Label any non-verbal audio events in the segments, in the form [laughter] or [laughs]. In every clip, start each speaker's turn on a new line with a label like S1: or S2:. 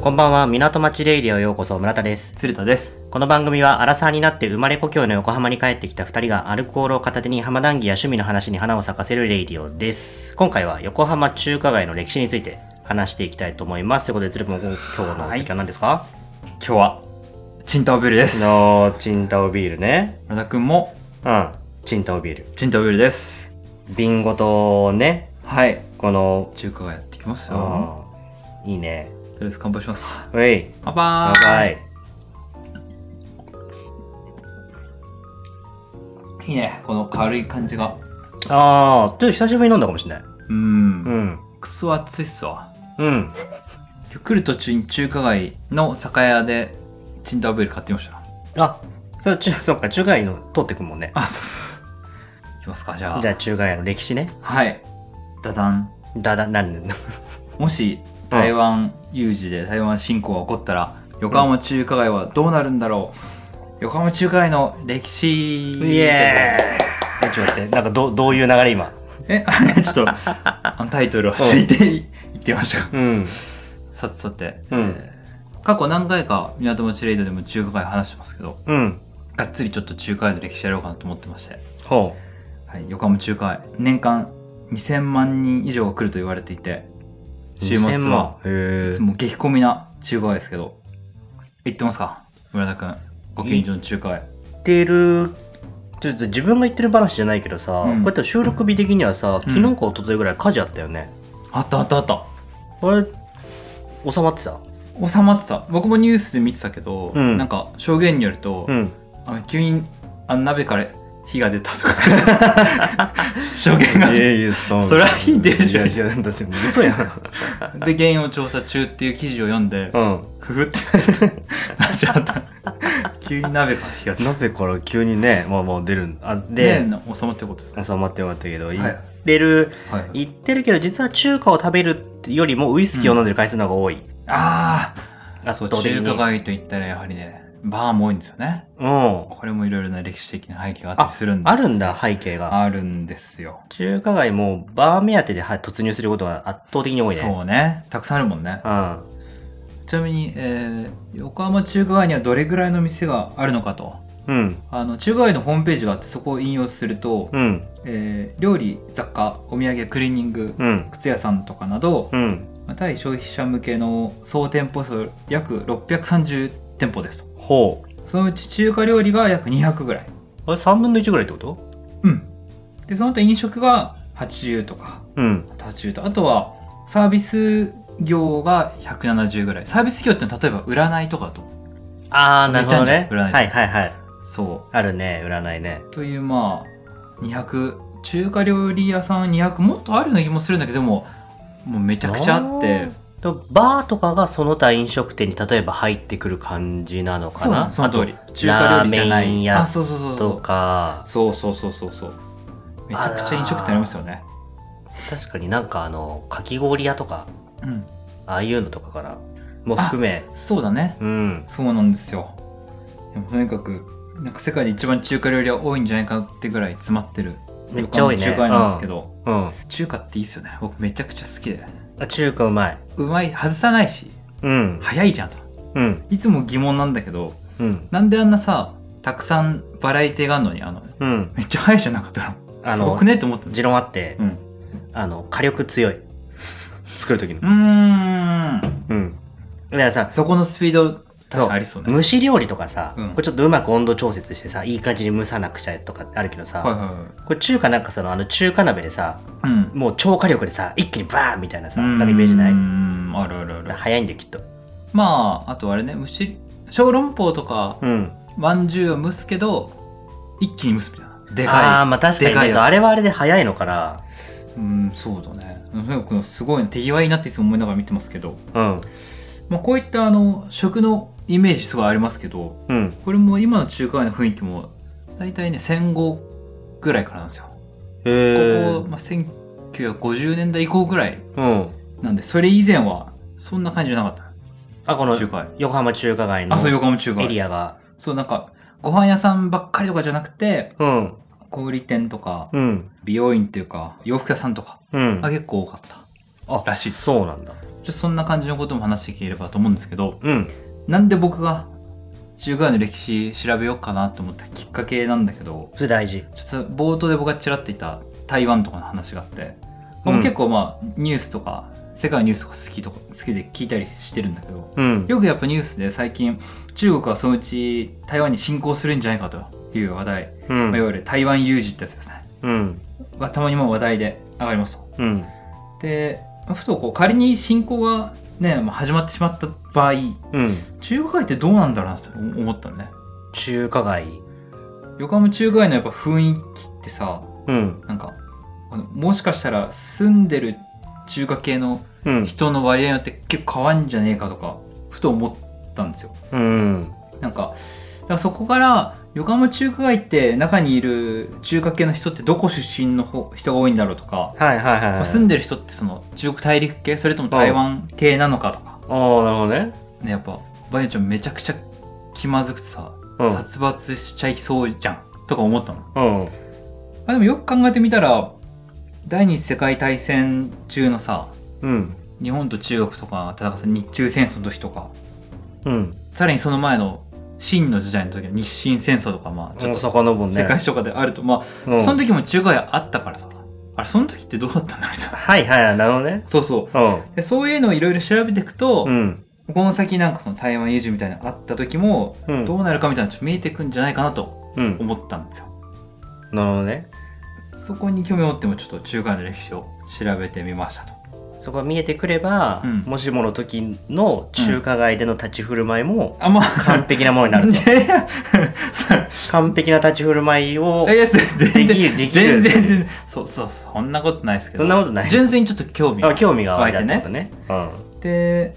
S1: こんばんは、港町レイディオへようこそ、村田です。
S2: 鶴田です。
S1: この番組は、アラサーになって生まれ故郷の横浜に帰ってきた二人がアルコールを片手に浜談義や趣味の話に花を咲かせるレイディオです。今回は横浜中華街の歴史について話していきたいと思います。ということで、鶴くん、今日のお酒は何ですか、
S2: 今日は、チンタオビールです。
S1: のチンタオビールね。
S2: 村田くんも、
S1: うん。チンタオビール。
S2: チンタオビールです。
S1: 瓶ごとね、
S2: はい。
S1: この、
S2: 中華がやってきますよ。
S1: うんいいね。
S2: とりあえず乾杯しますか。
S1: うい。
S2: 乾杯
S1: はい。
S2: いいね。この軽い感じが。
S1: あー、ちょっと久しぶりに飲んだかもしれない。う
S2: う。
S1: んん。
S2: くそ暑いっすわ。
S1: うん。
S2: 今日来る途中に中華街の酒屋で、チンタオビール買ってきました。
S1: あ、そう、ちゅそっか、中華街の通ってくもんね。
S2: あ、そうそう。いきますか、じゃあ。
S1: じゃあ中華街の歴史ね。
S2: はい。ダダン。
S1: だだ、なんで、
S2: もし、台湾有事で台湾侵攻が起こったら、横浜中華街はどうなるんだろう横浜中華街の歴史
S1: イ
S2: [laughs]
S1: エーイえ、ちょっと待って、なんかどうどういう流れ今。
S2: えちょっとあのタイトルを聞いて言ってみましたか
S1: うん。
S2: さてさて、
S1: うん
S2: えー過去何回か港町レイドでも中華街話してますけど
S1: うん。
S2: がっつりちょっと中華街の歴史やろうかなと思ってまして、
S1: ほ
S2: はい、横浜中華街年間2000万人以上が来ると言われていて
S1: う。
S2: 週末
S1: 2000
S2: は
S1: 万。へえ。
S2: もう激混みな中華街ですけど行ってますか村田君ご近所の中華街
S1: 言ってる、ちょっと自分が言ってる話じゃないけどさ、
S2: う
S1: こ
S2: ん
S1: うやって収録日的にはさ、
S2: うん
S1: 昨日か一昨日ぐらい火事あったよね。
S2: あったあったあった
S1: あれ、収まってた
S2: 収まってた僕もニュースで見てたけど、
S1: うん
S2: なんか証言によると、
S1: うん。
S2: あの急にあの鍋から火が出たとか [laughs] 証言が
S1: いやいや、そ
S2: そりゃ火出るじゃん
S1: いやいや、だって嘘やん。
S2: で原因を調査中っていう記事を読んで
S1: [laughs] うん。
S2: ふふって始まった急に鍋から火が出た
S1: 鍋から急にね、まあまあ出る。あ、で、
S2: で収まってることですね
S1: 収まってよかったけど、
S2: い
S1: 言ってる、
S2: はい
S1: 言ってるけど実は中華を食べるよりもウイスキーを飲んでる回数の方が多い、
S2: ああ
S1: 圧
S2: そう
S1: 倒的
S2: 中
S1: に
S2: 華街といったらやはりねバーも多いんですよね
S1: うん
S2: これもいろいろな歴史的な背景があった
S1: あ
S2: りするんです
S1: あるんだ背景が
S2: あるんですよ、
S1: 中華街もバー目当てでは突入することが圧倒的に多いね
S2: そうねたくさんあるもんね
S1: うん
S2: ちなみに、えー横浜中華街にはどれぐらいの店があるのかと
S1: うん
S2: あの中華街のホームページがあってそこを引用すると、
S1: うん
S2: えー料理雑貨お土産クリーニング、
S1: うん
S2: 靴屋さんとかなど、
S1: うん
S2: まあ対消費者向けの総店舗数約630店舗ですと
S1: ほう
S2: そのうち中華料理が約200ぐらい
S1: あれ3分の1ぐらいってこと
S2: うんでその他飲食が80とか
S1: うん
S2: 80とあとはサービス業が170ぐらいサービス業ってのは例えば占いとかだと
S1: ああなるほどね
S2: 売れちゃうんじゃん売らないと
S1: はいはいはい
S2: そ
S1: あるね占いね
S2: うというまあ200中華料理屋さん200もっとあるような気もするんだけどももうめちゃくちゃあって
S1: とバーとかがその他飲食店に例えば入ってくる感じなのか
S2: そうな
S1: な
S2: のその通り
S1: あと
S2: 中華料理じゃな
S1: ラーメン
S2: い
S1: 屋
S2: あそうそうそう
S1: とか
S2: そうそうそうそうそうめちゃくちゃ飲食店ありますよね
S1: 確かになんかあのかき氷屋とか
S2: うん
S1: ああいうのとかかなも含め
S2: そうだね
S1: うん
S2: そうなんですよでもとにかくなんか世界で一番中華料理は多いんじゃないかってぐらい詰まってる
S1: めっちゃ多いね
S2: 旅館の中華なんですけど、
S1: うん
S2: 中華っていいっすよね僕めちゃくちゃ好きで
S1: あ中華うまいう
S2: まい外さないし
S1: うん
S2: 早いじゃんと
S1: うん
S2: いつも疑問なんだけど
S1: うん
S2: なんであんなさたくさんバラエティがあるのにあの
S1: うん
S2: めっちゃ早いじゃなかったの
S1: あの
S2: すごくねって思った
S1: 持論あって、
S2: うんう
S1: あの火力強い作る時の
S2: ーん
S1: うんだからさ
S2: そこのスピード確かありそうね
S1: 蒸し料理とかさ、
S2: うん
S1: これちょっとうまく温度調節してさいい感じに蒸さなくちゃとかってあるけどさ、
S2: はいはい
S1: これ中華なんかさのあの中華鍋でさ
S2: はいうん
S1: もう超火力でさ一気にバーンみたいなさなんかイメージないう
S2: ー
S1: だか
S2: んあるあるある
S1: ら早いんだよきっと
S2: まああとあれね蒸し小籠包とか
S1: うん
S2: まんじゅうは蒸すけど一気に蒸すみたいなで
S1: ああー
S2: か
S1: まあ確かに
S2: でか
S1: ね
S2: いやつ
S1: そうあれはあれで早いのかな
S2: いうーんそうだねなんかすごい手際いいなっていつも思いながら見てますけど
S1: うん
S2: まあ、こういったあの食のイメージすごいありますけど
S1: うん
S2: これも今の中華街の雰囲気も大体ね戦後ぐらいからなんですよ。
S1: へ
S2: こ
S1: え
S2: こ、まあ、1950年代以降ぐらい
S1: うん
S2: なんでそれ以前はそんな感じじゃなかっ
S1: あこ
S2: た
S1: の
S2: 中華街。
S1: 横浜中華街の
S2: あそう横浜中華
S1: エリ
S2: 街。
S1: アが
S2: そうなんかご飯屋さんばっかりとかじゃなくて
S1: うん
S2: 小売店とか
S1: うん
S2: 美容院っていうか洋服屋さんとか
S1: うん
S2: が結構多かった。
S1: あ
S2: らしいです
S1: そうなんだ。
S2: ちょっとそんな感じのことも話していければと思うんですけど
S1: うん。
S2: なんで僕が中華街の歴史調べようかなと思ったきっかけなんだけど
S1: それ大事。
S2: ちょっと冒頭で僕がちらっと言った台湾とかの話があって、
S1: うん
S2: 僕結構まあニュースとか世界のニュースとか好きとか好きで聞いたりしてるんだけど
S1: うん。
S2: よくやっぱニュースで最近中国はそのうち台湾に侵攻するんじゃないかという話題、
S1: う
S2: まあい
S1: ん。
S2: わゆる台湾有事ってやつですね
S1: うん。
S2: がたまにもう話題で上がりますと。
S1: うん。
S2: でまあふとこう仮に侵攻がね、まあ、始まってしまった場合
S1: うん。
S2: 中華街ってどうなんだろうなと思ったのね
S1: 中華街。
S2: 横浜中華街のやっぱ雰囲気ってさ
S1: うん。
S2: なんかあのもしかしたら住んでる中華系の
S1: うん。
S2: 人の割合によって結構変わんじゃねえかとかふと思ったんですよ
S1: うん。
S2: なんかだからそこから横浜中華街って中にいる中華系の人ってどこ出身の方人が多いんだろうとか、
S1: はいはいはい
S2: ま
S1: は
S2: あ
S1: い。
S2: 住んでる人ってその中国大陸系それとも台湾系なのかとか、
S1: ああ、なるほどね。
S2: ねやっぱバイオちゃんめちゃくちゃ気まずくてさ、
S1: う
S2: 殺伐しちゃいそうじゃんとか思ったの
S1: ん。うん。
S2: あでもよく考えてみたら第二次世界大戦中のさ
S1: うん。
S2: 日本と中国とか戦った日中戦争の時とか
S1: うん。
S2: さらにその前の清の時代の時の日清戦争とかまあちょっと
S1: 大阪の分ね。
S2: 世界史とかであると、ま
S1: う
S2: あ
S1: ん
S2: その時も中華街あったからさあれその時ってどうだったんだろうみたいな
S1: はいはいはい、なるほどね。
S2: そうそう
S1: う
S2: でそういうのをいろいろ調べていくと、
S1: ん。うん。
S2: この先なんかその台湾有事みたいなのあった時も
S1: うん。
S2: どうなるかみたいなのちょっと見えてくんじゃないかなと
S1: うん。
S2: 思ったんですよ
S1: なるほどね。
S2: そこに興味を持ってもちょっと中華街の歴史を調べてみましたと
S1: そこが見えてくれば、
S2: うん
S1: もしもの時の中華街での立ち振る舞いも
S2: あまあ
S1: 完璧なものにな
S2: [laughs]
S1: ると。
S2: いやいやそう
S1: 完璧な立ち振る舞いを
S2: い、や全然
S1: できるできる
S2: 全然全然そうそうそんなことないですけど
S1: そんなことない。
S2: 純粋にちょっと興味が
S1: あ興味が湧いたって
S2: 湧い
S1: こ
S2: て
S1: とね。うん。
S2: で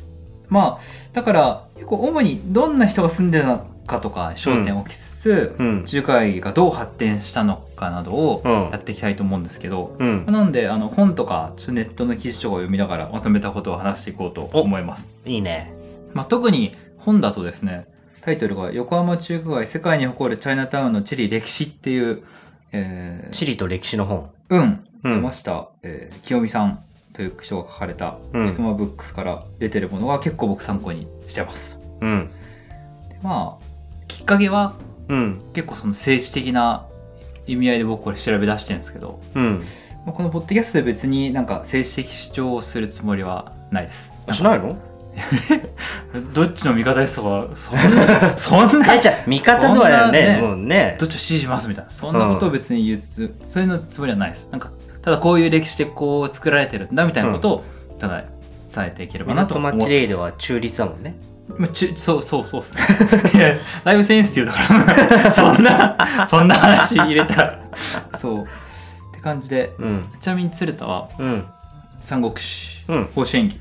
S2: まあだから結構主にどんな人が住んでたのかとか焦点を置きつつ、
S1: うん。
S2: 中華街がどう発展したのかなどを
S1: うん
S2: やっていきたいと思うんですけど、
S1: うん。
S2: なんであの本とかちょっとネットの記事とかを読みながらまとめたことを話していこうと思います。
S1: いいね。
S2: まあ、特に本だとですねタイトルが「横浜中華街世界に誇るチャイナタウンの地理歴史」っていう、えー
S1: 地理と歴史の本。
S2: うん、
S1: う
S2: 山
S1: ん。
S2: 下、えー清美さんという人が書かれた「
S1: うん
S2: ちくまブックス」から出てるものは結構僕参考にしてます。
S1: うん。
S2: でまあきっかけは
S1: うん。
S2: 結構その政治的な意味合いで僕これ調べ出してるんですけど
S1: うん。
S2: まあこのポッドキャストで別になんか政治的主張をするつもりはないです。
S1: あしないの
S2: どっちの味方ですとかそん [laughs] なそんな
S1: え、じゃあ、味方とはやね、
S2: そんなね
S1: もうね
S2: ど。っちを支持しますみたいなそんなことを別に言うつ、そういうのつもりはないですなんかただこういう歴史でこう作られてるんだみたいなことをただ伝えていければなと
S1: 港
S2: 思う
S1: 町レイドは中立だもんね。
S2: まあちゅそうそうそうですねいやだいぶセンシティブだから [laughs] そんなそんな話入れたらそうって感じで
S1: うん。
S2: ちなみに鶴田は
S1: うん。
S2: 三国志
S1: うん。
S2: 甲子園劇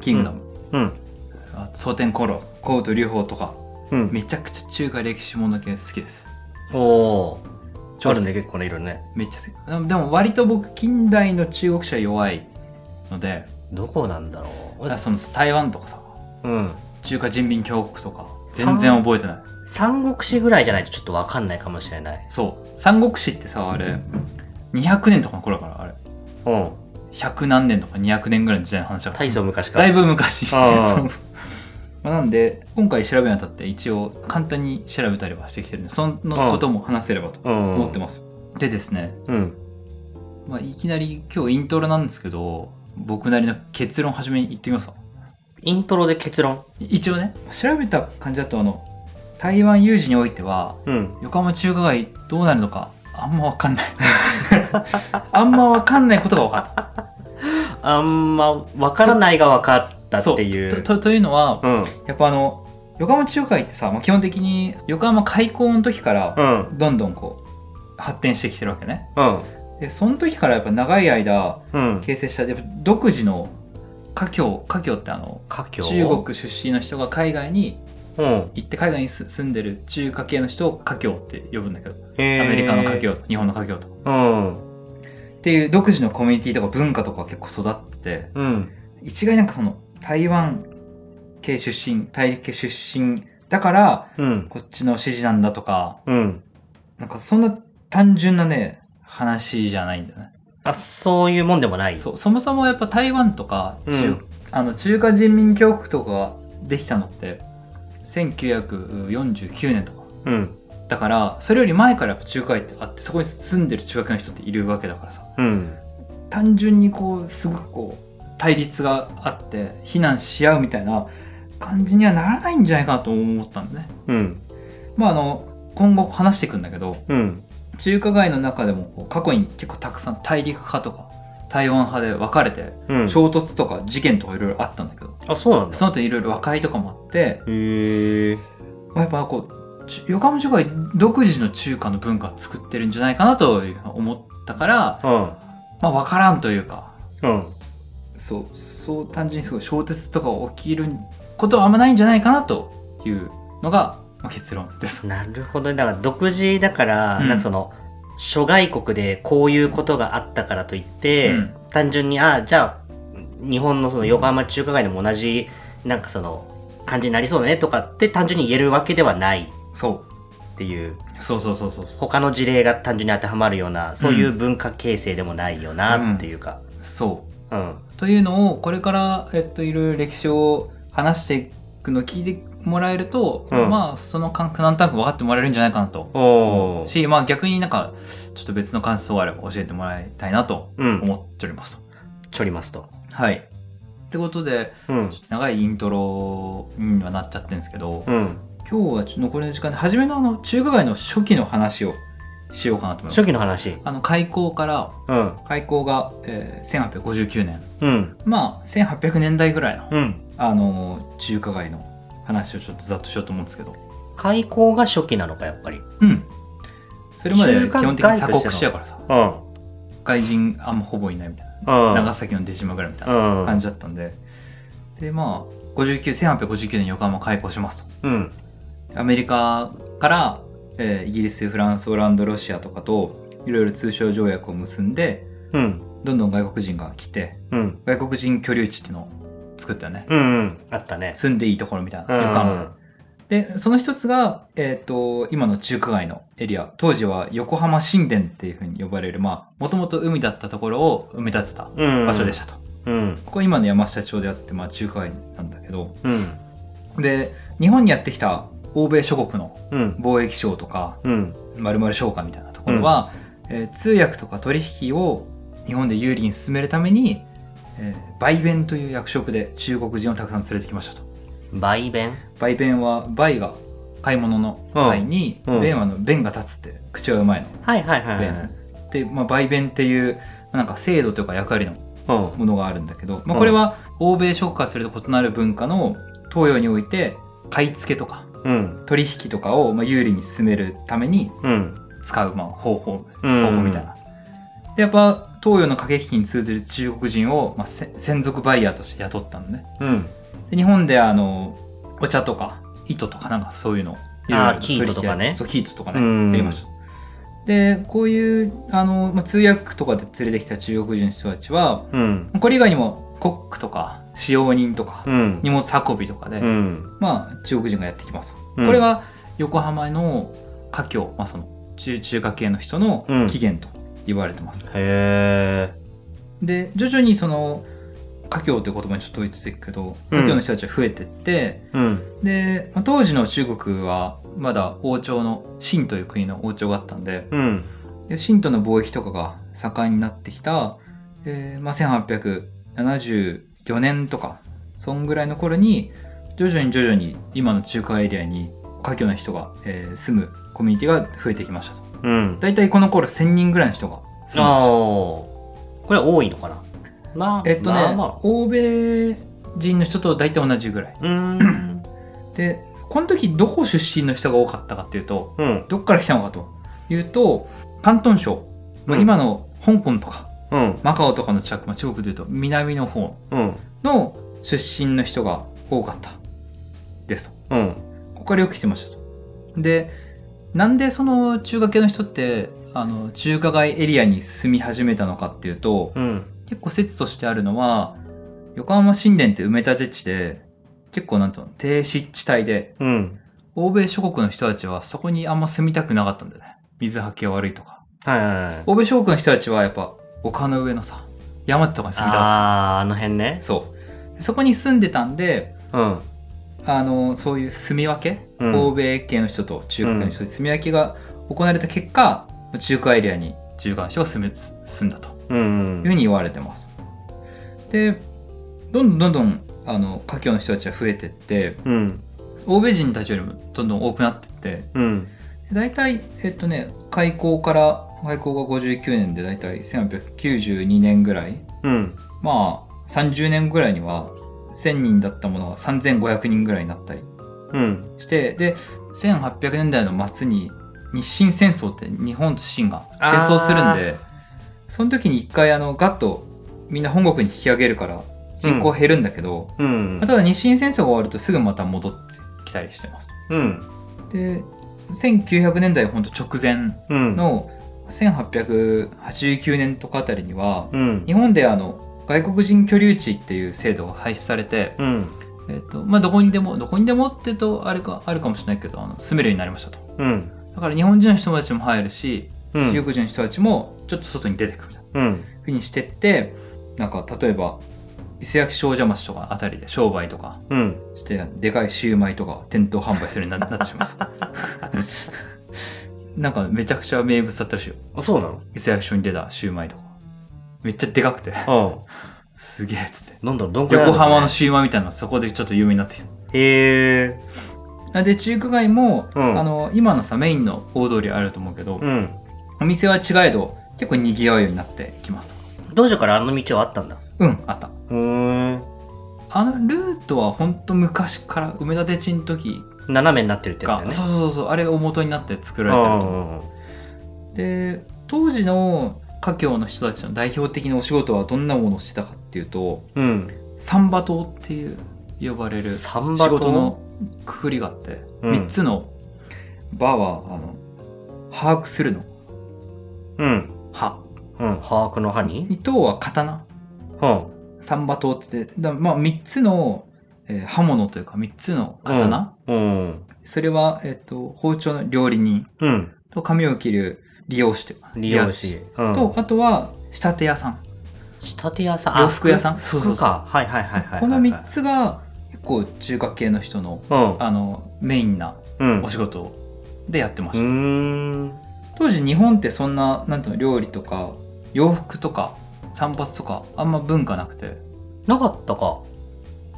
S2: キングダム、
S1: うん。
S2: あ蒼天コロコウと龍宝とか
S1: うん。
S2: めちゃくちゃ中華歴史もの系好きです
S1: おー。あるね、結構ね、いろいろね。
S2: めっちゃ好きでもでも割と僕近代の中国史は弱いので
S1: どこなんだろう
S2: だ
S1: 俺
S2: からその台湾とかさ
S1: うん
S2: 中華人民共和国とか
S1: さ
S2: 全然覚えてない
S1: 三国志ぐらいじゃないとちょっと分かんないかもしれない
S2: そう三国志ってさあれ200年とかの頃だからあれ
S1: うん
S2: 100何年とか200年ぐらいの時代の話だから
S1: 大層昔から
S2: だいぶ昔そう
S1: ああ
S2: [laughs] まあなんで今回調べるにあたって一応簡単に調べたりはしてきてるんでそのことも話せればと
S1: うん
S2: 思ってます、でですね、
S1: うん
S2: まあ、いきなり今日イントロなんですけど僕なりの結論初めに言ってみますか
S1: イントロで結論
S2: 一応ね調べた感じだとあの台湾有事においては
S1: うん
S2: 横浜中華街どうなるのかあんま分かんない [laughs] あんま分かんないことが分かっ
S1: あんま分からないが分かった
S2: た
S1: っていう
S2: そうととというのは
S1: うん
S2: やっぱあの横浜中華街ってさ、まあ、基本的に横浜開港の時から
S1: うん
S2: どんどんこう発展してきてるわけね
S1: うん
S2: でその時からやっぱ長い間
S1: うん
S2: 形成したやっぱ独自の華僑華僑ってあの
S1: 華僑
S2: 中国出身の人が海外に
S1: うん
S2: 行って海外にす住んでる中華系の人を華僑って呼ぶんだけど
S1: ア
S2: アメリカの華僑と日本の華僑と
S1: うん
S2: っていう独自のコミュニティとか文化とか結構育ってて
S1: うん
S2: 一概になんかその台湾系出身大陸系出身だから
S1: うん
S2: こっちの支持なんだとか
S1: うん
S2: なんかそんな単純なね話じゃないんだよね
S1: あ、そういうもんでもない。
S2: そうそもそもやっぱ台湾とか中,、
S1: うん
S2: あの中華人民共和国とかができたのって1949年とか
S1: うん。
S2: だからそれより前からやっぱ中華街ってあってそこに住んでる中華系の人っているわけだからさ
S1: うん。
S2: 単純にこうすごくこう対立があって非難し合うみたいな感じにはならないんじゃないかなと思ったんだね。
S1: うん。
S2: まああの今後話していくんだけど
S1: うん。
S2: 中華街の中でもこう過去に結構たくさん大陸派とか台湾派で分かれて
S1: うん。
S2: 衝突とか事件とかいろいろあったんだけど、
S1: あ、そうなんだ。
S2: その後いろいろ和解とかもあって、
S1: へえ。
S2: まあ、やっぱこうち横浜中華街独自の中華の文化を作ってるんじゃないかなというふうに思ったから、
S1: うん。
S2: まあ、分からんというか
S1: うん。
S2: そうそう単純にすごい小説とか起きることはあんまないんじゃないかなというのが、まあ、結論です。
S1: なるほどね。だから独自だから、
S2: うん
S1: なんかその、諸外国でこういうことがあったからといって、
S2: うん
S1: 単純に、あじゃあ、日本のその横浜中華街でも同じ、なんかその、感じになりそうだねとかって単純に言えるわけではない
S2: そう
S1: っていう、
S2: そうそうそうそうそう
S1: 他の事例が単純に当てはまるような、そういう文化形成でもないよなっていうか。
S2: そう
S1: うん。
S2: というのをこれから、えっと、いろいろ歴史を話していくのを聞いてもらえると、
S1: うん
S2: まあその感覚なんとなく分かってもらえるんじゃないかなと
S1: おー。
S2: し、まあ、逆になんかちょっと別の感想があれば教えてもらいたいなと
S1: うん。
S2: 思っておりますと。
S1: ちょりますと。
S2: はいってことで
S1: うん
S2: ちょ。っと長いイントロにはなっちゃってるんですけど、
S1: うん。
S2: 今日はちょっと残りの時間で初めのあの中華街の初期の話をしようかなと思います。
S1: 初期の話。
S2: あの開港から
S1: うん。
S2: 開港が、えー1859年
S1: うん。
S2: まあ1800年代ぐらいの
S1: うん。
S2: あの中華街の話をちょっとざっとしようと思うんですけど
S1: 開港が初期なのか、やっぱり。
S2: うんそれまで
S1: 中
S2: 基
S1: 華街
S2: 本的に鎖国しちゃうからさ
S1: うん。
S2: 外人あんまほぼいないみたい
S1: うん。
S2: な長崎の出島ぐらいみたいな
S1: うん。
S2: 感じだったんででまあ59 1859年横浜開港します
S1: うん。
S2: とアメリカから、えーイギリスフランスオランダロシアとかといろいろ通商条約を結んで
S1: うん。
S2: どんどん外国人が来て
S1: うん。
S2: 外国人居留地っていうのを作ったよね
S1: うん。うん。あったね。
S2: 住んでいいところみたいな
S1: うん
S2: 横浜、でその一つが、えー、と今の中華街のエリア当時は横浜神殿っていうふうに呼ばれるまあもともと海だったところを埋め立てた
S1: うん。。
S2: 場所でしたたと、
S1: うん。
S2: ここ今の山下町であって、まあ、中華街なんだけど
S1: うん。
S2: で日本にやってきた欧米諸国の
S1: うん。
S2: 貿易商とか
S1: うん。
S2: 丸々商館みたいなところは、えー通訳とか取引を日本で有利に進めるために、えー売弁という役職で中国人をたくさん連れてきましたと。
S1: 売弁
S2: 売弁は売が買い物の買いに、
S1: うんうん
S2: 弁はの弁が立つって口はうまいの
S1: はいはいはい
S2: 弁、
S1: はい。
S2: で、まあ、売弁っていうなんか制度というか役割の
S1: うん。
S2: ものがあるんだけど、ま
S1: うん
S2: あ、これは欧米諸国からすると異なる文化の東洋において買い付けとか
S1: うん。
S2: 取引とかをまあ有利に進めるために
S1: うん。
S2: 使うまあ方法
S1: うん。
S2: 方法みたいな。でやっぱ東洋の駆け引きに通ずる中国人を、まあ、せ専属バイヤーとして雇ったのね。
S1: うん。
S2: で日本であのお茶とか糸とかなんかそういうの
S1: あー
S2: いろい
S1: 生
S2: ろ
S1: 糸とかね
S2: そう生糸とかね
S1: うん
S2: やりましたでこういうあの、まあ、通訳とかで連れてきた中国人の人たちは
S1: うん。
S2: これ以外にもコックとか使用人とか、
S1: うん。
S2: 荷物運びとかで、
S1: うん。
S2: まあ中国人がやってきます、
S1: うん
S2: これが横浜の華僑、まあ、その中中華系の人の
S1: うん
S2: 起源と言われてます、
S1: へ
S2: で徐々にその華僑という言葉にちょっと統一していくけど
S1: う
S2: 華
S1: ん
S2: 僑の人たちは増えてって、
S1: え。うん。
S2: で、まあ当時の中国はまだ王朝の秦という国の王朝があったんで
S1: うん。
S2: で秦との貿易とかが盛んになってきた、えーまあ、1874年とかそんぐらいの頃に徐々に徐々に今の中華エリアに華僑の人が、えー住むコミュニティが増えてきましたと
S1: うん。
S2: 大体この頃1000人ぐらいの人が住んでま
S1: あ
S2: し
S1: ー。
S2: た
S1: これは多いのかなまあ、
S2: えっとね、
S1: まあま
S2: 欧米人の人と大体同じぐらい
S1: あ。うん。
S2: でこの時どこ出身の人が多かったかっていうと
S1: うん。
S2: どっから来たのかというと広東省、まあ
S1: うん
S2: 今の香港とか
S1: うん。
S2: マカオとかの近く、まあ、中国でいうと南の方
S1: うん。
S2: の出身の人が多かったですと
S1: うん。
S2: ここからよく来てましたとでなんでその中華系の人ってあの中華街エリアに住み始めたのかっていうと
S1: うん。
S2: 結構説としてあるのは横浜神殿って埋め立て地で結構なんと低湿地帯で
S1: うん。
S2: 欧米諸国の人たちはそこにあんま住みたくなかったんだよね水はけ悪いとか
S1: はいはいはい。
S2: 欧米諸国の人たちはやっぱ丘の上のさ山とかに住みたかっ
S1: あーあの辺ね
S2: たそうでそこに住んでたんで
S1: うん
S2: あのそういう住み分け、
S1: うん
S2: 欧米系の人と中華系の人で住み分けが行われた結果、中華エリアに中華の人が住む住んだと
S1: うん
S2: いうふうに言われてます。でどんどんどんどんあの華僑の人たちは増えてって
S1: うんうん
S2: 欧米人たちよりもどんどん多くなってって
S1: うん
S2: 大体えっとね開港から開港が59年で大体1892年ぐらい
S1: うん
S2: まあ30年ぐらいには1,000人だったものが3,500人ぐらいになったり
S1: うん
S2: してで1800年代の末に日清戦争って日本と清が戦争するんでその時に一回あのガッとみんな本国に引き上げるから人口減るんだけど、
S1: うん
S2: まあただ日清戦争が終わるとすぐまた戻ってきたりしてます。
S1: うん
S2: で1900年代ほんと直前
S1: うん
S2: の1889年とかあたりには
S1: うん
S2: 日本であの外国人居留地っていう制度が廃止されて、
S1: うん
S2: えっとまあ、どこにでもどこにでもって言うとあれかあるかもしれないけどあの住めるようになりましたと
S1: うん
S2: だから日本人の人たちも入るし
S1: う
S2: 中
S1: ん
S2: 国人の人たちもちょっと外に出てくるみたいな
S1: うん
S2: ふうにしてってなんか例えば伊勢焼少女町とかあたりで商売とか
S1: うん
S2: してでかいシューマイとか店頭販売するよ
S1: [laughs]
S2: うにななってしまいます [laughs] なんかめちゃくちゃ名物だったらしいよ
S1: あそうなの
S2: 伊勢役所に出たシューマイとかめっちゃでかくて
S1: あ
S2: すげえっつって
S1: あなんだろうどんくらいあ
S2: 横
S1: る
S2: 浜のシューマイみたいなのそこでちょっと有名になってき
S1: へえ
S2: たで中華街も、
S1: うん
S2: あの今のさメインの大通りあると思うけど、
S1: うん
S2: お店は違えど結構にぎわうようになってきますと
S1: 道場からあの道はあったんだ
S2: うんあった
S1: うーん
S2: あのルートはほんと昔から埋め立て地の時
S1: 斜めになってるってやつだ
S2: が、
S1: よね
S2: そうそうそうそうあれを元になって作
S1: う
S2: られてると思
S1: ん
S2: うで当時の華僑の人たちの代表的なお仕事はどんなものをしてたかっていうと
S1: うん
S2: サンバ島っていう呼ばれる
S1: サンバ
S2: 仕
S1: ル
S2: 事
S1: ト
S2: のくくりがあって、
S1: うん
S2: 3つの「ば」はあの把握するの
S1: うん
S2: 「は
S1: うん把握の歯」に
S2: 二刀は刀
S1: うん
S2: 三馬刀って言ってだまあ、3つの、えー刃物というか3つの刀、
S1: うん
S2: それは、えっと包丁の料理人
S1: うん
S2: と髪を切る理容師というか
S1: 利用し
S2: 理容師とあとは仕立て屋さん、
S1: 仕立て屋さん
S2: 洋服屋さん
S1: あ
S2: そうそうそう
S1: 服かはいはいはいはいはい
S2: この3つが結構中華系の人の
S1: うん
S2: あのメインな
S1: うん
S2: お仕事でやってまし
S1: う
S2: た、
S1: ーん
S2: 当時日本ってそんななんていうの料理とか洋服とか散髪とかあんま文化なくて
S1: なかったか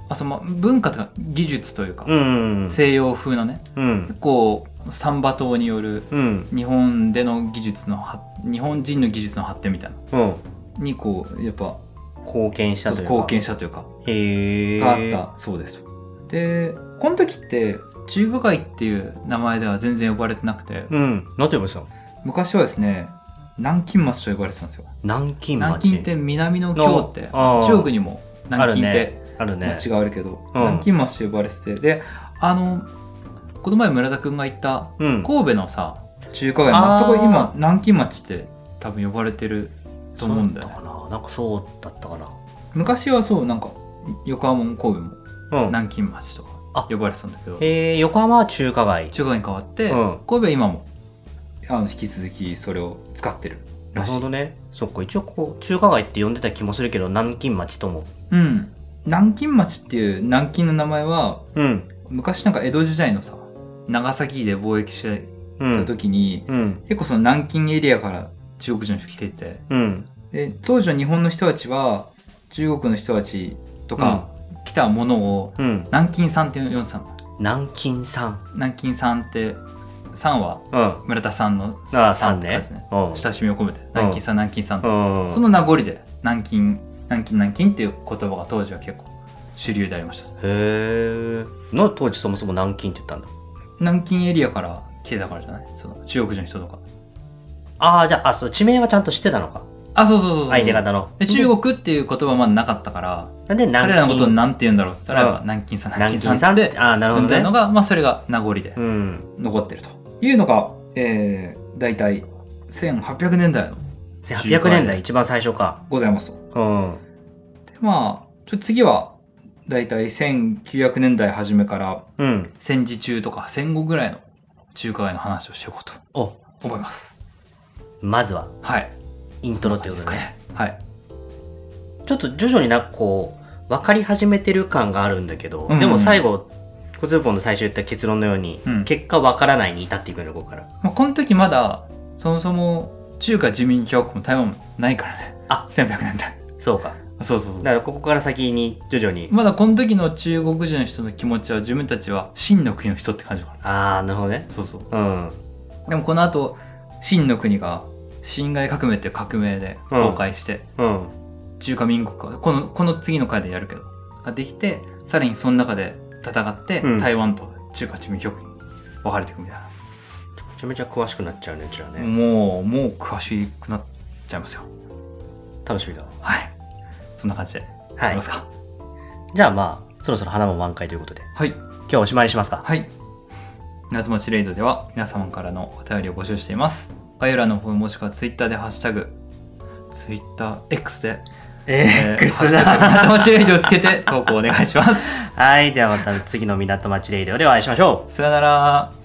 S2: あその文化とか技術というか、
S1: うん
S2: 西洋風のね
S1: うん
S2: 結構サンバ島による
S1: うん
S2: 日本での技術の発日本人の技術の発展みたいな
S1: うん
S2: にこうやっぱ
S1: 貢献した
S2: そう
S1: と
S2: そ
S1: い
S2: う
S1: うか
S2: 貢献したというか
S1: へえ
S2: があったそうですでこの時って中華街っていう名前では全然呼ばれてなくて
S1: うんなんて呼ぶんですか
S2: 昔はですね南京町と呼ばれてたんですよ
S1: 南京
S2: 南
S1: 町
S2: 京って南の京って
S1: あー
S2: 中国にも南京って
S1: あるね
S2: 町があるけど、
S1: うん
S2: 南京町と呼ばれててであのこの前村田君が行った
S1: うん
S2: 神戸のさ中華街
S1: あー
S2: まあそこ今南京町って多分呼ばれてると思うんだよ、ね
S1: そ、ったかななんかそうだったかな
S2: 昔はそうなんか横浜も神戸も
S1: うん
S2: 南京町と
S1: あ
S2: か呼ばれてたんだけど
S1: えー、横浜は中華街
S2: 中華街に変わって、
S1: うん
S2: 神戸は今もあの引き続きそれを使ってる
S1: な
S2: ら
S1: る
S2: し
S1: ほ
S2: い
S1: どねそっか一応こう中華街って呼んでた気もするけど南京町とも
S2: うん南京町っていう南京の名前は
S1: うん
S2: 昔なんか江戸時代のさ長崎で貿易して
S1: う
S2: た
S1: ん
S2: 時に、
S1: うん
S2: 結構その南京エリアから中国人の人来てて
S1: うん
S2: で当時の日本の人たちは中国の人たちとか、来たものを
S1: うん
S2: 南京さんって呼んでたの
S1: 南京さん
S2: 南京さんってさんは
S1: うんあ
S2: 村田さんの
S1: あ
S2: さ
S1: さ
S2: ん
S1: ん
S2: って感
S1: ね
S2: じね
S1: うん
S2: 親しみを込めて南京さん南京さんって、
S1: うん
S2: その名残で南京南京南京っていう言葉が当時は結構主流でありました
S1: へえの当時そもそも南京って言ったんだ
S2: 南京エリアから来てたからじゃないその中国人の人とか
S1: ああじゃああそう地名はちゃんと知ってたのか
S2: あそうそうそうそう
S1: 相手方の
S2: で中国っていう言葉はまだなかったから
S1: なんで
S2: 彼らの
S1: 南
S2: ことを
S1: 京
S2: なんて言うんだろうって言っ
S1: う
S2: たら、
S1: ん
S2: やっぱ南京さん南
S1: 南
S2: 京
S1: 京
S2: さ
S1: さ
S2: ん
S1: ん
S2: っ
S1: っててああなるほ
S2: 呼ん
S1: ど
S2: だの
S1: ね
S2: が、まあそれが名残で
S1: うん
S2: 残ってるというのが、えー、大体1800年代の
S1: 1800年代一番最初か
S2: ございますと
S1: うん
S2: でまあちょ次は大体1900年代初めから
S1: うん
S2: 戦時中とか戦後ぐらいの中華街の話をしていこうと
S1: お
S2: 思います
S1: まずは
S2: はい
S1: イントロってこと
S2: そんな感じですか
S1: ね
S2: ね。はい。
S1: ちょっと徐々になんかこう分かり始めてる感があるんだけど、
S2: うんうん
S1: でも最後コツーポンの最初言った結論のように、
S2: うん
S1: 結果分からないに至っていくのここから
S2: まあ、この時まだそもそも中華人民共和国も台湾もないからね
S1: あ
S2: 1100年代
S1: そうか
S2: そうそうそう
S1: だからここから先に徐々に、
S2: まだこの時の中国人の人の気持ちは自分たちは真の国の人って感じかな
S1: ああなるほどね
S2: そうそう
S1: うん
S2: でもこの後真の国が辛亥革命っていう革命で崩壊して、
S1: うん
S2: 中華民国がこのこの次の回でやるけどができてさらにその中で戦って、
S1: うん
S2: 台湾と中華人民共和国に分かれていくみたい
S1: めちゃめちゃ詳しくなっちゃうねうちら
S2: な、
S1: ね、
S2: もうもう詳しくなっちゃいますよ
S1: 楽しみだわ
S2: はいそんな感じで
S1: は
S2: り
S1: い
S2: ますか
S1: じゃあまあそろそろ花も満開ということで
S2: はい
S1: 今日はおしまいにしますか
S2: はい。港町レイドでは皆様からのお便りを募集しています。概要欄の方もしくはツイッターでハッシュタグ、ツイッター X で、
S1: [laughs] え [laughs]
S2: えーハッシュタグ港町レイドをつけて投稿お願いします。
S1: はいではまた次の港町レイデオでお会いしましょう
S2: さよなら。